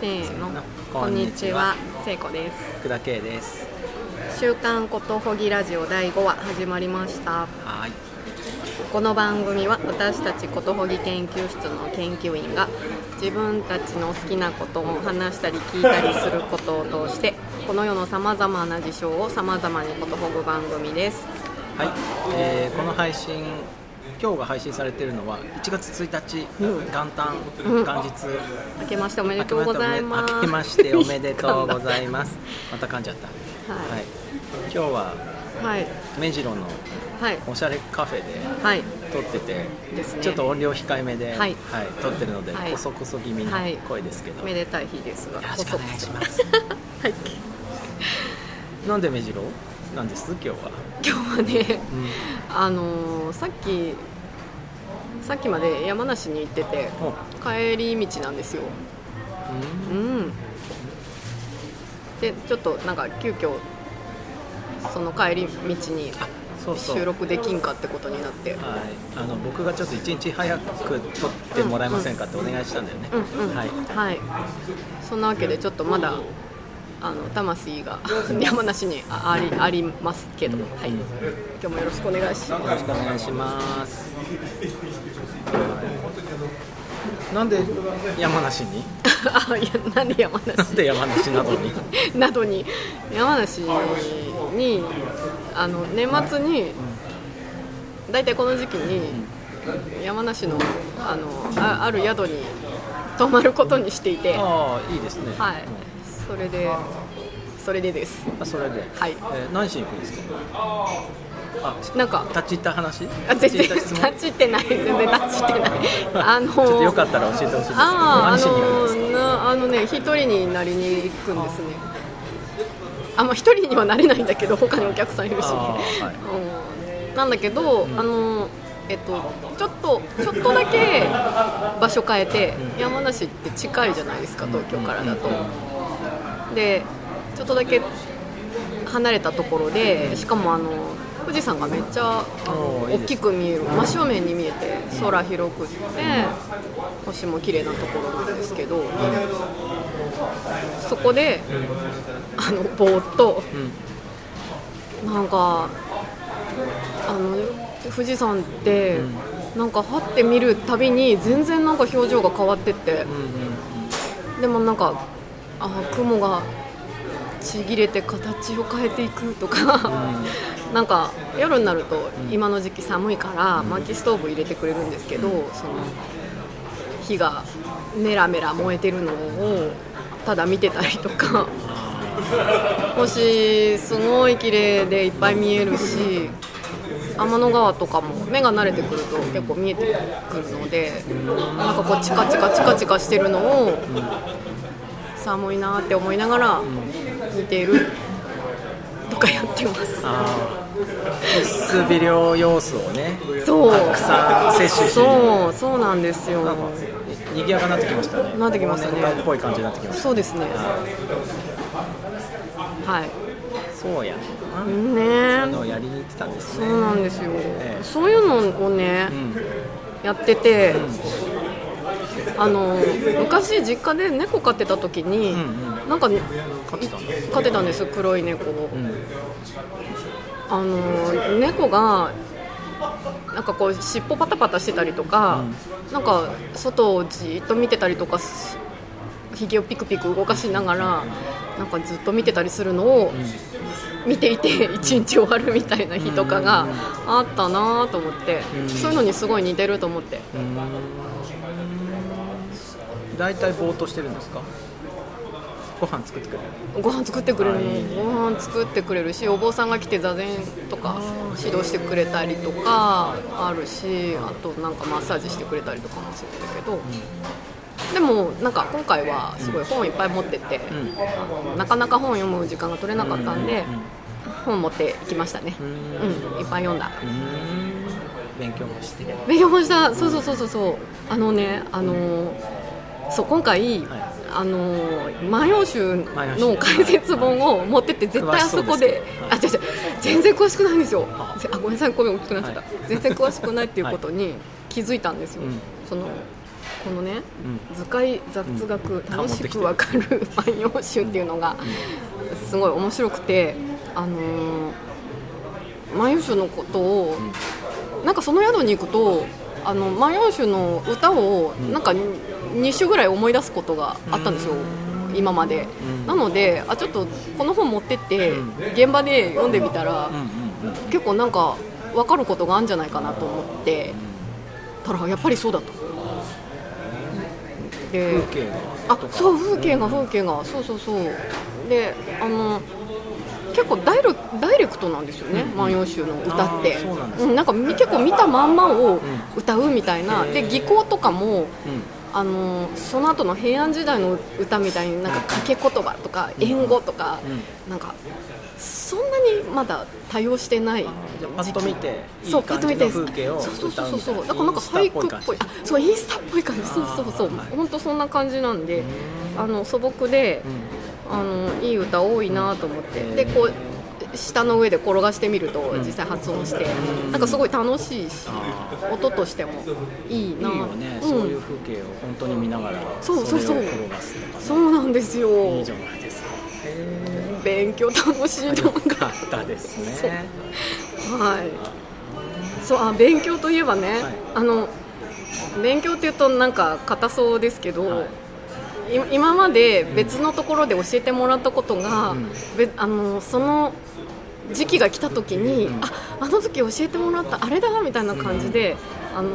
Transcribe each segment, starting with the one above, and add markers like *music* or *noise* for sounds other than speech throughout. せーのここんんににちちはは聖子です福田圭です週刊ことほぎラジオ第5話始まりましたはーいこの番組は私たちことほぎ研究室の研究員が自分たちの好きなことを話したり聞いたりすることを通してこの世のさまざまな事象をさまざまにことほぐ番組ですはい、えーこの配信今日が配信されているのは1月1日、元旦元日、明けましておめでとうございます明けましておめでとうございます *laughs* また噛んじゃったはいはい、今日ははい目白のはいおしゃれカフェではい撮っててですねちょっと音量控えめで、はい撮ってるので、はいこそこそ気味のはい声ですけど、めよでたい日ですがろしくお願いしますはいなんで目白なんです今日は、今日はねうんあのーさっきさっきまで山梨に行っててお帰り道なんですようんうんでちょっとなんか急遽その帰り道にそうそう収録できんかってことになってはい、あの僕がちょっと一日早く撮ってもらえませんかってお願いしたんだよね、うんうんはい、はいそんなわけでちょっとまだあの魂 *laughs* が山梨にあありありますけど、はい、今日もよろしくお願いしよまろしくお願いします、なんで山梨に *laughs* す *laughs* あいやなんで山なん梨で山梨など *laughs* になどに山梨にあの年末に大体この時期に山梨のあのあある宿に泊まることにしていて、はああいいですねい、それでそれでですうんあそれで、はいえー何しに行くんですかあなんか立ち入った話あ全然立ち入った立ち入質問ってない全然立ち入ってないあの *laughs* ちょっとよかったら教えてほしいんですけどあああ何しに行くんのですか、なあのね一人になりに行くんですねあまあ一人にはなれないんだけど他にお客さんいるし、ねあーはいうんなんだけど、あのえっとちょっとちょっとだけ場所変えて、山梨って近いじゃないですか東京からだと、でちょっとだけ離れたところでしかもあの富士山がめっちゃあのおーい大いですねきく見える真正面に見えて空広くって星も綺麗なところなんですけど、そこであのぼーっとうんなんかあの富士山って、なんかはって見るたびに全然なんか表情が変わってって、でもなんかあ雲がちぎれて形を変えていくとか、なんか夜になると今の時期寒いから薪ストーブ入れてくれるんですけど、その火がメラメラ燃えてるのをただ見てたりとか。星すごい綺麗でいっぱい見えるし天の川とかも目が慣れてくると結構見えてくるのでなんかこうチカチカチカチカしてるのを寒いなって思いながら見ているとかやってますあー薄微量要素をねそうたくさん摂取してそうそうなんですよなんかにぎやかになってきましたね。なってきましたね忘年会っぽい感じになってきました。そうですねはいそうや。あねんなのえをやりに行ってたんですそね。うなんですよええそういうのをね、うん。やってて、あの昔実家で猫飼ってた時に、うんなんか飼ってたんだ飼ってたんです黒い猫を、うん。あの猫がなんかこう尻尾パタパタしてたりとか、なんか外をじーっと見てたりとかすひげをピクピク動かしながらなんかずっと見てたりするのを見ていて一日終わるみたいな日とかがあったなと思って、んそういうのにすごい似てると思って。だいたいぼーっとしてるんですか。ご飯作ってくれる。ご飯作ってくれるあいいねのご飯作ってくれるしお坊さんが来て座禅とか指導してくれたりとかあるしあとなんかマッサージしてくれたりとかもするんだけど、でもなんか今回はすごい本いっぱい持ってて、あのなかなか本読む時間が取れなかったんで、本持ってきましたね、うんいっぱい読んだうーん。勉強もして。勉強もしたそうそうそうそうそうあのねあのそう今回、はいあの万葉集万葉集の解説本を持ってって絶対あそこで詳あし違う違う全然詳しくないんですよあぜあごめんなさい声大きくなっちゃった、はい全然詳しくないっていうことに気づいたんですよ、うんそのこのねうん図解雑学、うん楽しくわかる *laughs* 万葉集っていうのがすごい面白くて、あのー万葉集のことを、なんかその宿に行くとあの万葉集の歌をんなんか2種ぐらい思い出すことがあったんですよ、う今まで、うんなのであちょっとこの本持ってって、うん現場で読んでみたら、うんうんうん結構なんか分かることがあるんじゃないかなと思ってたらやっぱりそうだと。で風景あがとかそう風景が風景が、そうそうそうであの結構ダイレダイレクトなんですよね「うん万葉集」の歌ってあーそうなんですうん、なんかみ結構見たまんまをん歌うみたいな、へーで技巧とかもうんあのその後の平安時代の歌みたいになんか掛け言葉とかん縁語とか、うんなんかそんなにまだ多用してないじゃあパッと見ていそういパッ感とじ見のて風景を歌うそうみたそういそうなそうだからなんかイ俳ンス句タっぽい感あそうインスタっぽい感じそうそうそうあー本当そんな感じなんで、うんあの素朴でじ、あのいい歌多いなと思って、うんでこう下の上で転がしてみると、ん実際発音して、うんなんかすごい楽しいしあ音としてもいいうんなあーいいよね、うんそういう風景を本当に見ながらそうそうそうれを転がすとかねそうなんですよいいじゃないですか勉強楽しいよのがかったですそうねはい。そうあ勉強といえばね、はいあの勉強っていうとなんか硬そうですけど、はいい今まで別のところで教えてもらったことが、うんべあのその時期が来た時に、うんああの時教えてもらったあれだみたいな感じで、あの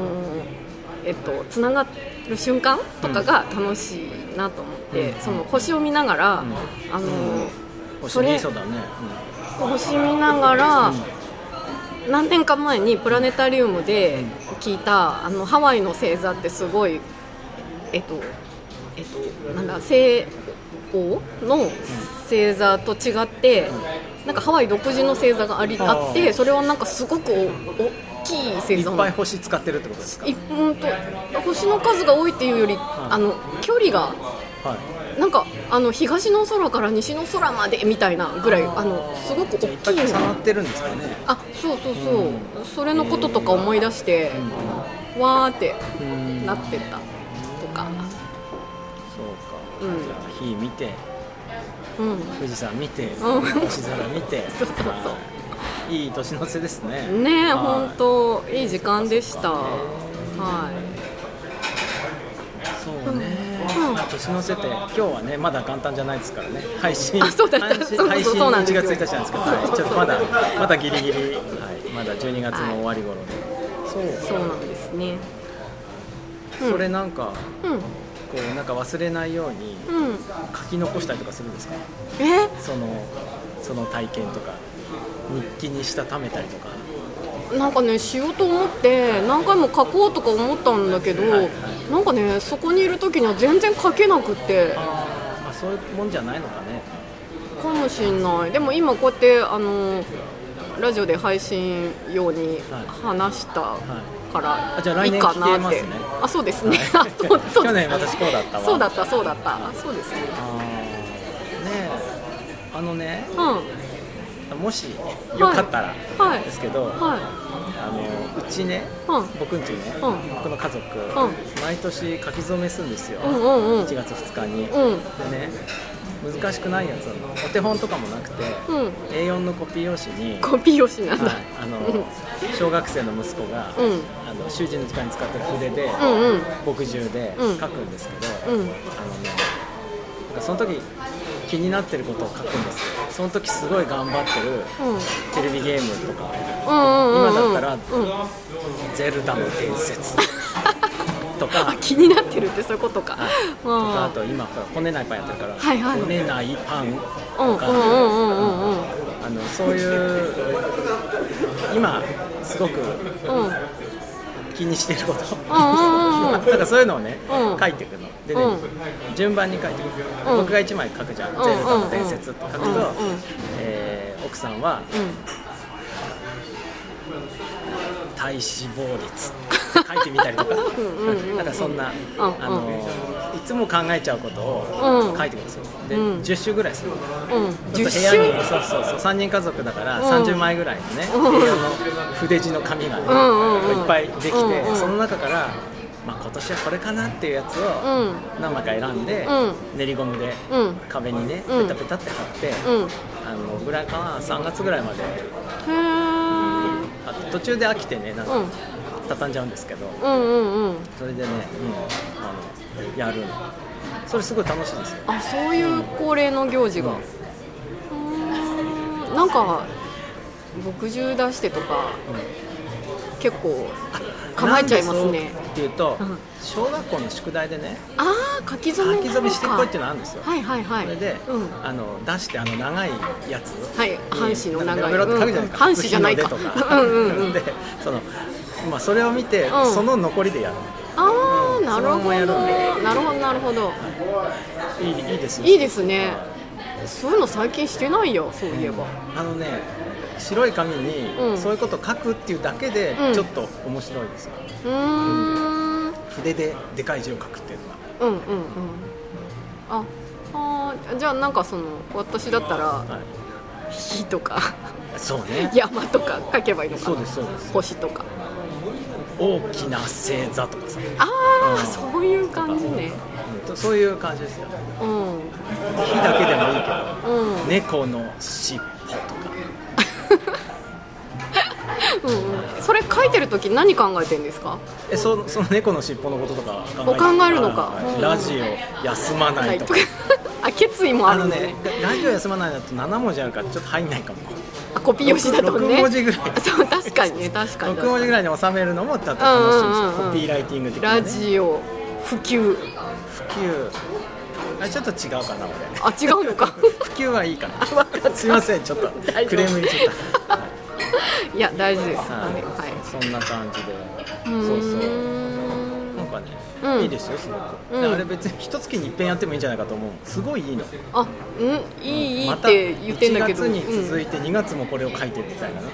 えっとつながる瞬間とかが楽しいなと思って、うんその星を見ながら、んあの。うんおそれ尻そうだね、星見ながら、何年か前にプラネタリウムで聞いたあのハワイの星座ってすごいえっとえっとなんだ西欧の星座と違って、なんかハワイ独自の星座がありああーってそれはなんかすごくお大きいうん、い星座っなぱいの。星使ってるってことですかいうんと星の数が多いっていうより、あの距離がはいなんかあの東の空から西の空までみたいなぐらいあのすごくじゃ大あいっきぱいい重のなってるんですかねあそうそうそう、うんそれのこととか思い出して、わーってうんなってたとか、そうか、うんじゃあ火見てうん、富士山見て、うん星空見て *laughs* そうそうそうはいいい年の瀬ですねねえはい本当いい時間でしたそっかはいそうね、うんまあ、年の瀬って今日はねまだ簡単じゃないですからね配信あそうだった配信そうそう配信そうなんです1よ月1日なんですけど、はい、ちょっとまだまだギリギリ、はい、まだ12月の終わり頃で、そそううなんですねうんそれなんかうんこうなんか忘れないようにうん書き残したりとかするんですかえそのその体験とか日記にしたためたりとかなんかねしようと思って何回も書こうとか思ったんだけど、はいなんかねそこにいる時には全然書けなくってあー、まあ、そういうもんじゃないのかねかもしんないでも今こうやってあのラジオで配信用に話したから、いあじゃあ来い年いかなって聞けますねあそうですね、はいそうそうです去年私こうだったわそうだったそうだったそうですねあーねえあのねうんもしよかったらはいですけど、はあのうちね、うん僕んちね、うん僕の家族、う毎年書き初めするんですよ、いうんうんうん1月2日に、うんでね難しくないやつなのお手本とかもなくて、うん A4 のコピー用紙に、コピー用紙なんだ、はいあの小学生の息子が、うんあの習字の時間に使ってる筆で、うんうん墨汁でうん書くんですけど、うんあのねなんかその時気になってることを書くんですよその時すごい頑張ってるうんテレビゲームとかうんうんうんうん今だったらうん、 「ゼルダの伝 *laughs* 説」とかあ。気になってるってそういうことか、はいとかあと今ほらこねないパンやってるから、はいはいこねないパンとうんうんか、うんうんうんうんあのそういう今すごくうん気にしてることうんうんうん *laughs* なんかそういうのをね、うん書いていくのでね、順番に書いていく、うん僕が1枚書くじゃん「うんゼルダの伝説」って書くと、うんうんえー奥さんはう「体脂肪率」って書いてみたりとかん *laughs* うんうんなんかそんな、うんうんあのいつも考えちゃうことうをん書いてくるんですよで、うん10種ぐらいするのんうんちょっ10と部屋に週そうそうそう3人家族だからうん30枚ぐらいのね、うん部屋の筆字の紙がね、うんうんうんいっぱいできて、うんうんその中からまあ、今年はこれかなっていうやつをうん何枚か選んで、う練りゴムでうん壁にね、うんペタペタって貼って、うんあのぐらいかな3月ぐらいまでへーあって途中で飽きてねなんうかん畳んじゃうんですけど、うんうんうんそれでね、うん、あのやるのそれすごい楽しいんですよ、あそういう恒例の行事が、うーん、なんか墨汁出してとか、結構構えちゃいますなんねでそうっていうと、うん小学校の宿題でねああ書き初め書のき初めしてこいっていうはのあるんですよ、いはいはいそれで、うん、あの出してあの長いやつはい半紙の長いベロベロって書くじゃないですか、うん半紙じゃないか初日の出とかうんうんうんでそのまあそれを見て、うんその残りでやるああうんなるほそのままやるんどでなるほどなるほどいいいいですよいいですねはそういうの最近してないよそういえば、あのね白い紙うにんそういうこと書くっていうだけでうんちょっと面白いですよ、うーん筆ででかい字を書くっていうのうんうはんうんああーじゃあなんかその私だったらはい「火」と *laughs* かそう「ね山」とか書けばいいのかなそうですそうです星とか大きな星座とかさ、ああ、うんそういう感じねうんそういう感じですようんうん火だけでもいいけど猫の尻尾とかうんうんそれ書いてる時何考えてんですかえそその猫の尻尾のこととか考お考えるのかはいうんラジオ休まないとか *laughs* あ決意もああるのんだねねラジオ休まないだと7文字あるからちょっと入んないかもあコピー用紙だとね6文字ぐらいそう確かにね確かに6文字ぐらいに収めるのもだって楽しいし、うんうんうんうんコピーライティング的な、ね、ラジオ普及普及あちょっと違うかな俺あ違うの *laughs* か普及はい *laughs* いかなすいませんちょっと大丈夫クレーム入れちゃったはいいや大事ですはい、ははいい、そんな感じでーんそうそうなんかね、うんいいですよすごく、うんあれ別に一月に一遍やってもいいんじゃないかと思うすごいいいのあうんいい、いいまったて言ってんだけど1月に続ういて2月もこれを書いてみたいなね、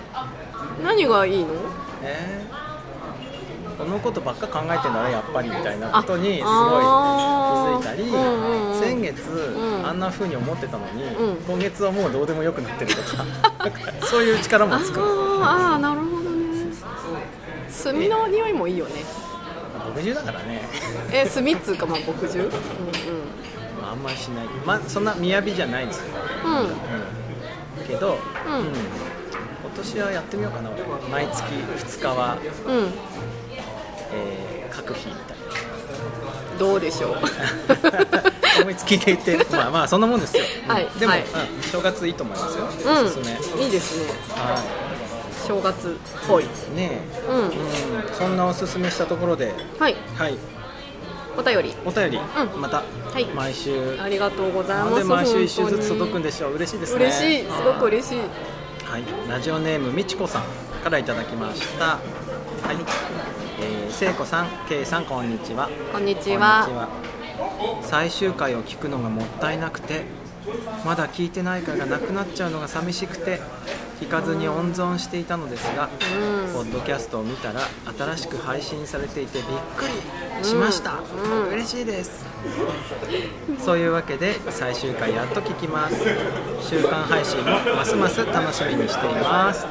ん、何がいいのえーこのことばっか考えてんだねやっぱりみたいなあことにすごい気づあいたり、ーうんうんうん先月、うんあんな風に思ってたのに、うん今月はもうどうでもよくなってると *laughs* かなんかそういう力もつくあーあーなるほどね炭の匂いもいいよね60だからね、え炭っつうかまあ墨汁うんまあ、あんまりしない、まあ、そんな雅じゃないですよ、うんうんうん、けど、うん今年はやってみようかな俺毎月2日は、うんえー、各日みたいなどうでしょう *laughs* 思いつきで言ってまあまあそんなもんですよ、はいうんでも、はいうん正月いいと思いますよ、うんおすすめ、いいですねは正月っぽいい、ねうんえ、うん、そんなおすすめしたところではいはいお便りお便り、うんまた、い毎週ありがとうございなまんすで毎週一週本当ずつに届くんでしょう嬉しいですね嬉しいすごく嬉しいはい、ラジオネームみちこさんからいただきました。はい、えー、聖子さん、けいさん、こんにちは。こんにちはこんにちは最終回を聞くのがもったいなくて、まだ聞いてない回がなくなっちゃうのが寂しくて。聞かずに温存していたのですが、うんポッドキャストを見たら新しく配信されていてびっくりしました、うんうん嬉しいですそういうわけで最終回やっと聞きます週間配信もますます楽しみにしています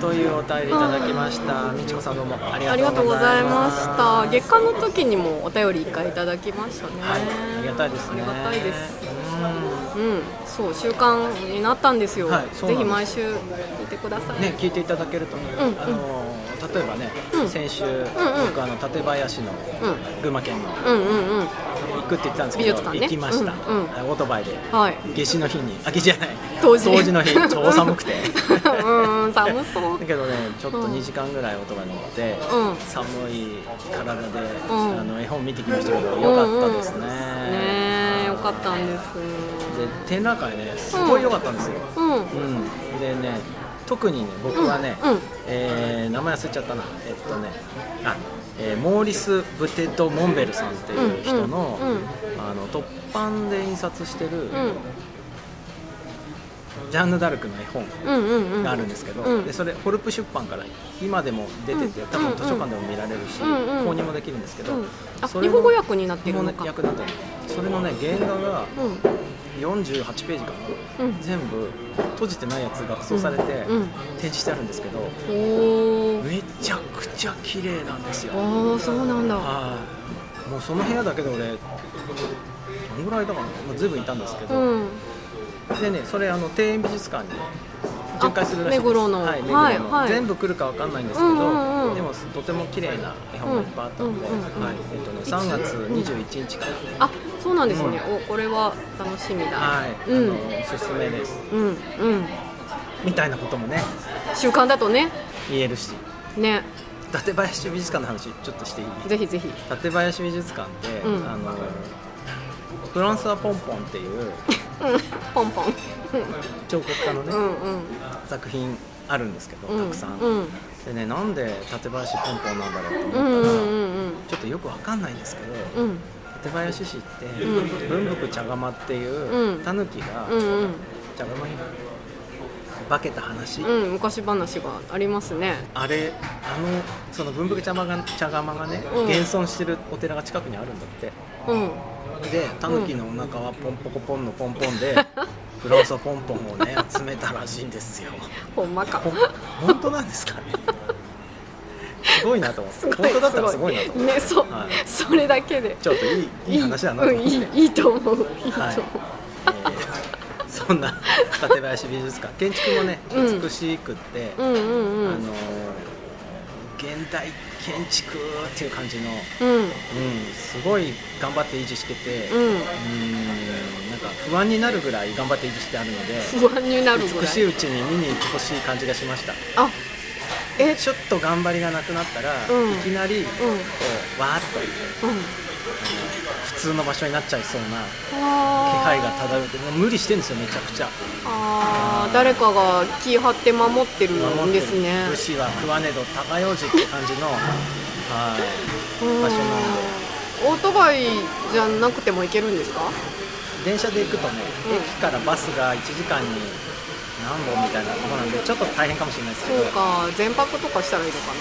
というお便りいただきましたみちこさんどうもありありががととううごござざいいまますした月間の時にもお便り1回いただきましたね、はい、ありがたいですねありがたいですううん、そう習慣になったんですよ、はいそうぜなひんで毎週聞いてください、んね聞いていただけると、んあのー例えばね、うん先週、ん僕あの館林のうん、群馬県のうんうんうん行くって言ってたんですけ美ど、術館ね行きました、うんうんはいオートバイではい夏至の日にあ夏至じゃない当時冬至の日超寒くて *laughs* うんうん寒そうだけどねちょっとうん2時間ぐらいオートバイ乗って、うん寒い体で、んあの絵本見てきましたけど良かったですね,、うんうんねえよかったんですで展覧会ねすごい良かったんですよ、うんうんでね特にね僕はね、うんうんえー名前忘れちゃったなえっとねあ、えーモーリス・ブテッド・モンベルさんっていう人の,、うんうんうんあの突版で印刷してる、うんジャンヌ・ダルクの絵本うんうんうんがあるんですけど、うんでそれホルプ出版から今でも出てて、うん多分図書館でも見られるし、うんうん購入もできるんですけど、うんあそ日れの本語訳になって日る本ののか役だとそれのね原画がうん48ページかな、うん全部閉じてないやつが額装されてうんうん展示してあるんですけど、おーめちゃくちゃ綺麗なんですよああそうなんだはいもうその部屋だけで俺どのぐらいだかな、まあ、ずいぶんいたんですけうど、んでねそれあの庭園美術館に巡回するらしいです目黒のはい目黒のはいはい全部来るかわかんないんですけど、うんうんうんでもとても綺麗な絵本がいっぱいあったので、うんうんうんうんはいえっとね、3月21日から、あそうなんですね、おこれは楽しみだはい、うんあのおすすめですうんうんみたいなこともね習慣だとね言えるしね館林美術館の話ちょっとしていいぜひぜひ館林美術館って、うんあのフランスはポンポンっていううんポンポン彫刻家のね、うんうん作品あるんですけど、うんたくさん、うんでねなんで館林ポンポンなんだろうとうん思うったら、んうんちょっとよくわかんないんですけど、うんうん館林市って、う文福茶釜っていう、うんタヌキが、うんうん茶釜に化けた話、うん昔話がありますねあれあのその文福茶釜が茶釜がね、うん現存してるお寺が近くにあるんだってうんでタヌキのお腹はポンポコポンのポンポンで、フランスはポンポンを *laughs* ね集めたらしいんですよほんまかほん本当なんですかねすごいなと思って本当だったらすごいなと思って、ねそう、はいそれだけでちょっといいいい話だなと思って、うんいいいいと思ういいと思う、はいえーそんな館林美術館建築もねうん美しくって、うんうんうあのんー現代建築っていう感じの、ううんん、すごい頑張って維持してて、うんうんなんか不安になるぐらい頑張って維持してあるので不安になるぐ美らしいいうちに見に行ってほしい感じがしましたあえちょっと頑張りがなくなったら、うんいきなり、こうんうわーっとうん普通の場所になっちゃいそうな気あ配が漂ってもう無理してるんですよめちゃくちゃーあー誰かが気張って守ってるんってですね武士は食わねど高用事って感じのはいうん場所なんオートバイじゃなくても行けるんですか電車で行くとね、うん駅からバスが1時間に何本みたいなとこなんでちょっと大変かもしれないですけそどうか全泊とかしたらいいのか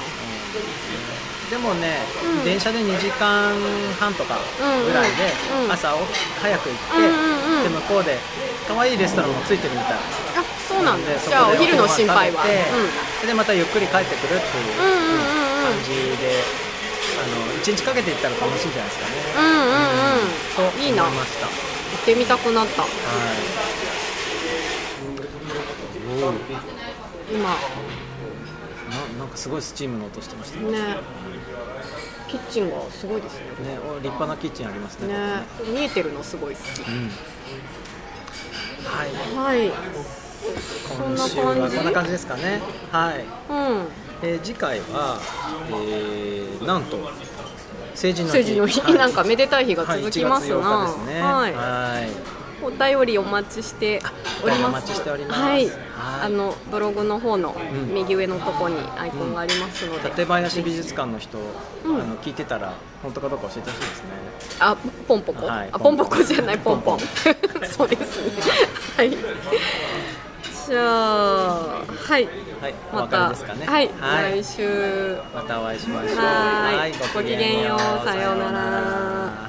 でもね、うん電車で2時間半とかぐらいでうんうん朝を早く行って、うんうんうんで向こうで可愛いレストランもついてるみなたいあそうなんでだそじゃあこおで昼の心配は、ご飯食べてうでまたゆっくり帰ってくるっていん、うううんん感じで、あの1日かけて行ったら楽しいんじゃないですかね、うんうんうんうんうんと思いいいなま行したはってみたくなったいおー今ななんかすごいスチームの音してましたねねキッチンがすごいですねねお立派なキッチンありますねね見えてるのすごい好きうんはいはいん今な感じ週はこんな感じですかねはい、うんえー次回は、えーなんと成人の日政治の日、はい *laughs* なんかめでたい日がはい続きますな、 1月8日ですねはいはいお便りお待ちしておりますお便りお待ちしておりますはい、はいあのブログの方のん右上のとこにアイコンがありますので、館林美術館の人、うんあの聞いてたら本当かどうか教えてほしいですねあポンポコ、はいあポンポコじゃないポポンポンポンン *laughs* そうですねはいじゃあはいはい、おま別れたですかねはい、はい来週またお会いしましょうはいはいごきげんようごきげんさようなら